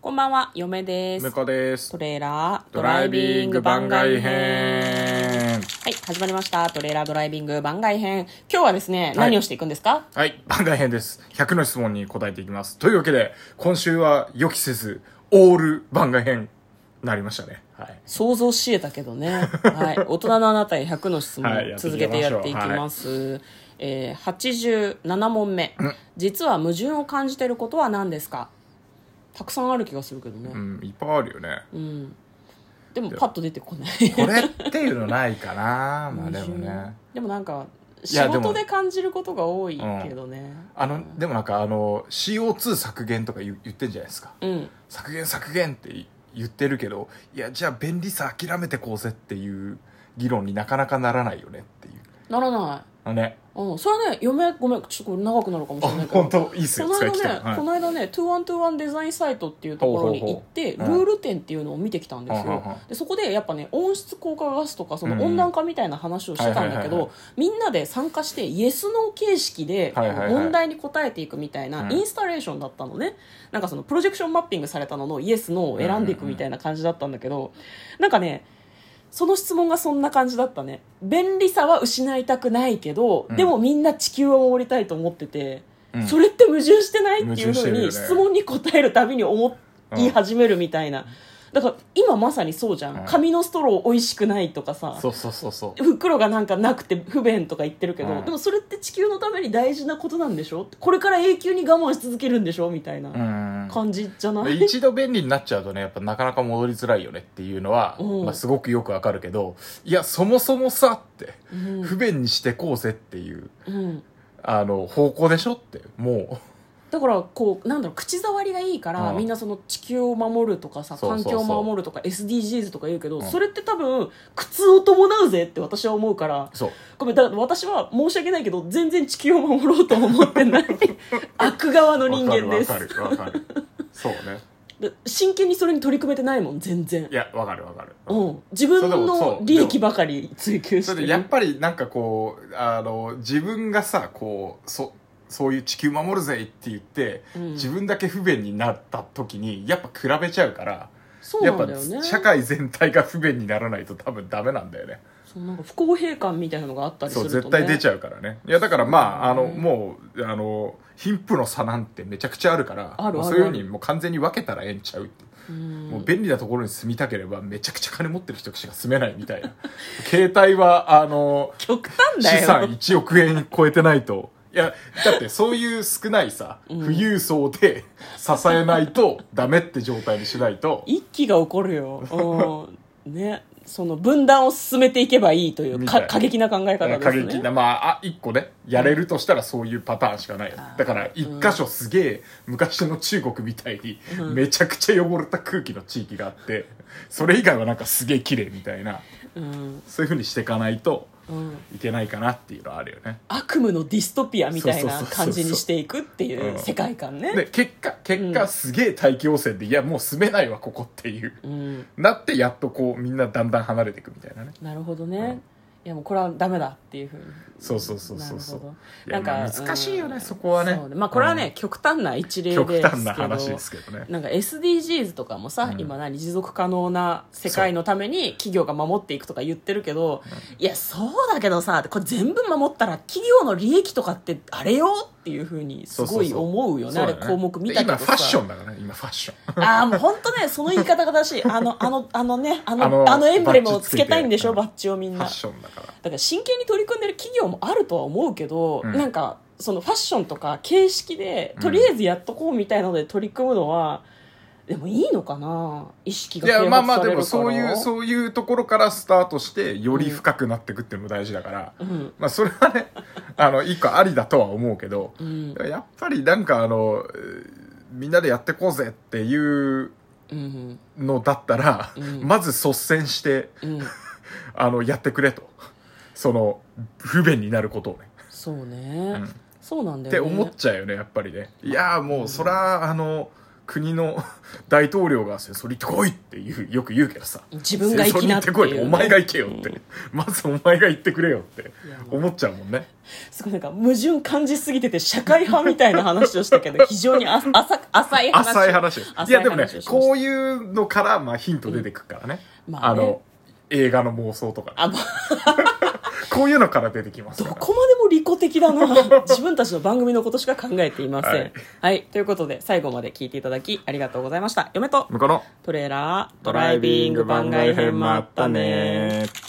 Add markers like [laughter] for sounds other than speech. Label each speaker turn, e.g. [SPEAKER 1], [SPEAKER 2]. [SPEAKER 1] こんばんは、嫁です
[SPEAKER 2] 向。こうです
[SPEAKER 1] ト。レーラード
[SPEAKER 2] ドライビング番外。編。
[SPEAKER 1] はい、始まりました。トレーラードライビング番外編。今日はですね、何をしていくんですか
[SPEAKER 2] はい、番外編です。100の質問に答えていきます。というわけで、今週は予期せず、オール番外編になりましたね。はい。
[SPEAKER 1] 想像しえたけど
[SPEAKER 2] [laughs]
[SPEAKER 1] ね。はい、大人のあなたへ100の質問
[SPEAKER 2] はいやっていきましょう
[SPEAKER 1] 続けてやっていきます。えー、87問目。実は矛盾を感じていることは何ですかたくさんある気がするけどね。
[SPEAKER 2] うん、いっぱいあるよね。
[SPEAKER 1] でもパッと出てこない。
[SPEAKER 2] これっていうのないか [laughs] なまあでもね。
[SPEAKER 1] [laughs] でもなんか、
[SPEAKER 2] い
[SPEAKER 1] 仕
[SPEAKER 2] やでも
[SPEAKER 1] 事で感じることが多いけどね。
[SPEAKER 2] あの、でもなんかあの、CO2 削減とか言言ってんじゃないですか。
[SPEAKER 1] うん。
[SPEAKER 2] 削減削減ってい言ってるけど、いや、じゃあ便利さ諦めてこうぜっていう議論になかなかならないよねっていう。
[SPEAKER 1] ならない。
[SPEAKER 2] あね。
[SPEAKER 1] うん、それはね、嫁、ごめん、ちょっとこれ長くなるかもし
[SPEAKER 2] あ、
[SPEAKER 1] れないけど。
[SPEAKER 2] 本当いいっす
[SPEAKER 1] こ
[SPEAKER 2] よ。
[SPEAKER 1] の
[SPEAKER 2] 使い
[SPEAKER 1] 間
[SPEAKER 2] 切っ
[SPEAKER 1] ね、
[SPEAKER 2] たよはい
[SPEAKER 1] この間ね、2121デザインサイトっていうところに行って、
[SPEAKER 2] ほうほうほううん
[SPEAKER 1] ルール展っていうのを見てきたんです
[SPEAKER 2] は
[SPEAKER 1] よ
[SPEAKER 2] んはんは。
[SPEAKER 1] で、そこでやっぱね、温室効果ガスとか、そ
[SPEAKER 2] うん
[SPEAKER 1] の
[SPEAKER 2] うん
[SPEAKER 1] 温暖化みたいな話をしてたんだ
[SPEAKER 2] はいは
[SPEAKER 1] け
[SPEAKER 2] いはい
[SPEAKER 1] ど
[SPEAKER 2] はい、
[SPEAKER 1] みんなで参加して、イエスノー形式で、
[SPEAKER 2] はいはいはい
[SPEAKER 1] 問題に答えていくみたいな、
[SPEAKER 2] うん
[SPEAKER 1] インスタレーションだったのね。なんかその、プロジェクションマッピングされたののイエスノーを選んでいくみたいな感じだったんだけど、なんかね、その質問がそんな感じだったね。便利さは失いたくないけど、
[SPEAKER 2] うん
[SPEAKER 1] でもみんな地球を守りたいと思ってて、
[SPEAKER 2] うん
[SPEAKER 1] それって矛盾してないっていうふ
[SPEAKER 2] 矛盾し
[SPEAKER 1] う
[SPEAKER 2] てるよ
[SPEAKER 1] に
[SPEAKER 2] ね
[SPEAKER 1] 質問に答えるたびに思
[SPEAKER 2] うん
[SPEAKER 1] い始めるみたいな。だから今まさにそうじゃ。
[SPEAKER 2] うんん
[SPEAKER 1] 紙のストロー美味しくないとかさ、
[SPEAKER 2] そうそうそうそう。
[SPEAKER 1] 袋がなんかなくて不便とか言ってるけ
[SPEAKER 2] う
[SPEAKER 1] ど、
[SPEAKER 2] ん
[SPEAKER 1] でもそれって地球のために大事なことなんでしょこれから永久に我慢し続けるんでしょみたいな
[SPEAKER 2] う、
[SPEAKER 1] 感じじゃなんい
[SPEAKER 2] 一度便利になっちゃうとねやっぱなかなか戻りづらいよねっていうのは、
[SPEAKER 1] うん
[SPEAKER 2] まあ、すごくよくわかるけどいやそもそもさって
[SPEAKER 1] うん
[SPEAKER 2] 不便にしてこうぜっていう
[SPEAKER 1] うん
[SPEAKER 2] あの方向でしょっても
[SPEAKER 1] だからこうなんだろう口触りがいいから、
[SPEAKER 2] うん
[SPEAKER 1] みんなその地球を守るとかさ
[SPEAKER 2] そうそ
[SPEAKER 1] 環
[SPEAKER 2] うそう
[SPEAKER 1] 境を守るとか SDGs とか言うけど、
[SPEAKER 2] うん
[SPEAKER 1] それって多分苦痛を伴うぜって私は思うから
[SPEAKER 2] うそう
[SPEAKER 1] ごめんだから私は申し訳ないけど全然地球を守ろうとは思って
[SPEAKER 2] [laughs]
[SPEAKER 1] ない悪側の人間です
[SPEAKER 2] わかるわかるわかるそうね
[SPEAKER 1] で真剣にそれに取り組めてないもん全然
[SPEAKER 2] いやわかるわかる、
[SPEAKER 1] うん、自分
[SPEAKER 2] それでも
[SPEAKER 1] の
[SPEAKER 2] そう
[SPEAKER 1] 利益ばかり追求し
[SPEAKER 2] そ
[SPEAKER 1] て
[SPEAKER 2] れでやっ
[SPEAKER 1] る
[SPEAKER 2] ぱりなんかこうあの自分がさこうそそういう地球守るぜって言って、
[SPEAKER 1] うん
[SPEAKER 2] 自分だけ不便になった時にやっぱ比べちゃうから
[SPEAKER 1] そう
[SPEAKER 2] やっ
[SPEAKER 1] な
[SPEAKER 2] ぱ
[SPEAKER 1] んだよね
[SPEAKER 2] 社会全体が不便にならないと多分ダメなんだよね
[SPEAKER 1] そうなんか不公平感みたいなのがあったりす
[SPEAKER 2] そう
[SPEAKER 1] ると、ね、
[SPEAKER 2] 絶対出ちゃうからねいやだからまああ
[SPEAKER 1] そう
[SPEAKER 2] の
[SPEAKER 1] だね
[SPEAKER 2] もうあの貧富の差なんてめちゃくちゃあるから
[SPEAKER 1] ある
[SPEAKER 2] もう
[SPEAKER 1] ある
[SPEAKER 2] そういうふうにもう完全に分けたらええんちゃうって、
[SPEAKER 1] うん
[SPEAKER 2] もう便利なところに住みたければめちゃくちゃ金持ってる人しか住めないみたいな携帯はあの
[SPEAKER 1] 極端
[SPEAKER 2] 資
[SPEAKER 1] だよ
[SPEAKER 2] 産1億円超えてないといやだってそういう少ないさ、
[SPEAKER 1] ん
[SPEAKER 2] 富裕層で支えないとダメって状態にしないと
[SPEAKER 1] 一気が起こる
[SPEAKER 2] [laughs]
[SPEAKER 1] よ、うん、ねその分断を進めていけばいいというか
[SPEAKER 2] みたい
[SPEAKER 1] 過激な考え方
[SPEAKER 2] 過
[SPEAKER 1] です
[SPEAKER 2] 激
[SPEAKER 1] ね
[SPEAKER 2] な、まあ、あ、一個ね、やれるとしたらそういうパターンしかないよ。だから、一箇所すげえ、昔の中国みたいに、めちゃくちゃ汚れた空気の地域があって、それ以外はなんかすげえ綺麗みたいな、
[SPEAKER 1] うん
[SPEAKER 2] そういう風にしていかないと
[SPEAKER 1] うん、
[SPEAKER 2] いけないかなっていうのはあるよね。
[SPEAKER 1] 悪夢のディストピアみたい
[SPEAKER 2] そう
[SPEAKER 1] な
[SPEAKER 2] そうそうそう
[SPEAKER 1] 感じにしていくっていう
[SPEAKER 2] うん
[SPEAKER 1] 世界観ね
[SPEAKER 2] [laughs] で、結果、結
[SPEAKER 1] う
[SPEAKER 2] 果
[SPEAKER 1] ん
[SPEAKER 2] すげえ大気汚染で、いや、もう住めないわ、ここっていう。
[SPEAKER 1] うん、
[SPEAKER 2] なって、やっとこう、みんなだんだん離れていくみたいなね。
[SPEAKER 1] なるほど
[SPEAKER 2] うん
[SPEAKER 1] ねいやもうこれはダメだっていうふうに
[SPEAKER 2] そうそうそうそうそう
[SPEAKER 1] なるほど
[SPEAKER 2] いや
[SPEAKER 1] なんか
[SPEAKER 2] まあ難しいよね
[SPEAKER 1] うん
[SPEAKER 2] そこはね
[SPEAKER 1] そうまあこれはね、極端な一例ですけ
[SPEAKER 2] 極
[SPEAKER 1] ど
[SPEAKER 2] 端な話ですけどね。
[SPEAKER 1] なんか SDGs とかもさ、
[SPEAKER 2] うん
[SPEAKER 1] 今何持続可能な世界のために企業が守っていくとか言ってるけど、いやそうだけどさこれ全部守ったら企業の利益とかってあれよっていうふうにすごい思うよね
[SPEAKER 2] そう
[SPEAKER 1] あ
[SPEAKER 2] だ
[SPEAKER 1] れ項目見たけど
[SPEAKER 2] 今
[SPEAKER 1] さ
[SPEAKER 2] ファッションだからね今ファッション
[SPEAKER 1] ああもう本当ねその言い方が正しいあのあのあのねあのあ
[SPEAKER 2] あ
[SPEAKER 1] の
[SPEAKER 2] の
[SPEAKER 1] エンブレムをつけたいんでしょバ
[SPEAKER 2] バ
[SPEAKER 1] ッジをみん
[SPEAKER 2] ファ
[SPEAKER 1] な
[SPEAKER 2] ッションだから
[SPEAKER 1] だから真剣に取り組んでる企業もあるとは思うけど、
[SPEAKER 2] うん
[SPEAKER 1] なんかそのファッションとか形式で
[SPEAKER 2] うん
[SPEAKER 1] とりあえずやっとこうみたいなので取り組むのは、でもいいのかな意識が
[SPEAKER 2] いや
[SPEAKER 1] 啓
[SPEAKER 2] まあま
[SPEAKER 1] 発
[SPEAKER 2] あ
[SPEAKER 1] さ
[SPEAKER 2] で
[SPEAKER 1] れるから
[SPEAKER 2] もそういうそういうところからスタートしてより深くなっていくっていうのも大事だから、
[SPEAKER 1] うん
[SPEAKER 2] まあそれはね [laughs] あの一個ありだとは思うけど
[SPEAKER 1] うん
[SPEAKER 2] やっぱりなんかあのえーみんなでやってこうぜっていう
[SPEAKER 1] うん
[SPEAKER 2] のだったら、
[SPEAKER 1] うん
[SPEAKER 2] まず率先して
[SPEAKER 1] うん
[SPEAKER 2] あのやってくれとその不便になることをね、
[SPEAKER 1] そうね、
[SPEAKER 2] うん
[SPEAKER 1] そうなん
[SPEAKER 2] っ
[SPEAKER 1] だ
[SPEAKER 2] て
[SPEAKER 1] よね
[SPEAKER 2] 思っちゃうよねやっぱりねいやーもうそらあの国の [laughs] 大統領が戦争に行ってこいって言うよく言うけどさ
[SPEAKER 1] 自分が行きなって
[SPEAKER 2] 戦
[SPEAKER 1] い
[SPEAKER 2] 争に行って
[SPEAKER 1] う、
[SPEAKER 2] こいお前が行けよって、
[SPEAKER 1] うん
[SPEAKER 2] まずお前が行ってくれよって
[SPEAKER 1] やまあ
[SPEAKER 2] 思っちゃうもんね
[SPEAKER 1] すごいなんか矛盾感じすぎてて社会派みたいな話をしたけど非常にあ浅浅い話
[SPEAKER 2] 浅い話ですい
[SPEAKER 1] 浅
[SPEAKER 2] や
[SPEAKER 1] い
[SPEAKER 2] でもね
[SPEAKER 1] 話をしました
[SPEAKER 2] こういうのからまあヒント出てくるからね,、
[SPEAKER 1] うんま
[SPEAKER 2] あ
[SPEAKER 1] あね
[SPEAKER 2] の映画の妄想とかね、
[SPEAKER 1] あまあ
[SPEAKER 2] こういうのから出てきます
[SPEAKER 1] ど
[SPEAKER 2] から
[SPEAKER 1] こまでも利己的だな自分たちの番組のことしか考えていません
[SPEAKER 2] は
[SPEAKER 1] はいい、ということで最後まで聞いていただきありがとうございました嫁と
[SPEAKER 2] 向こうの
[SPEAKER 1] トレーラードライビング番外編もあったね
[SPEAKER 2] ー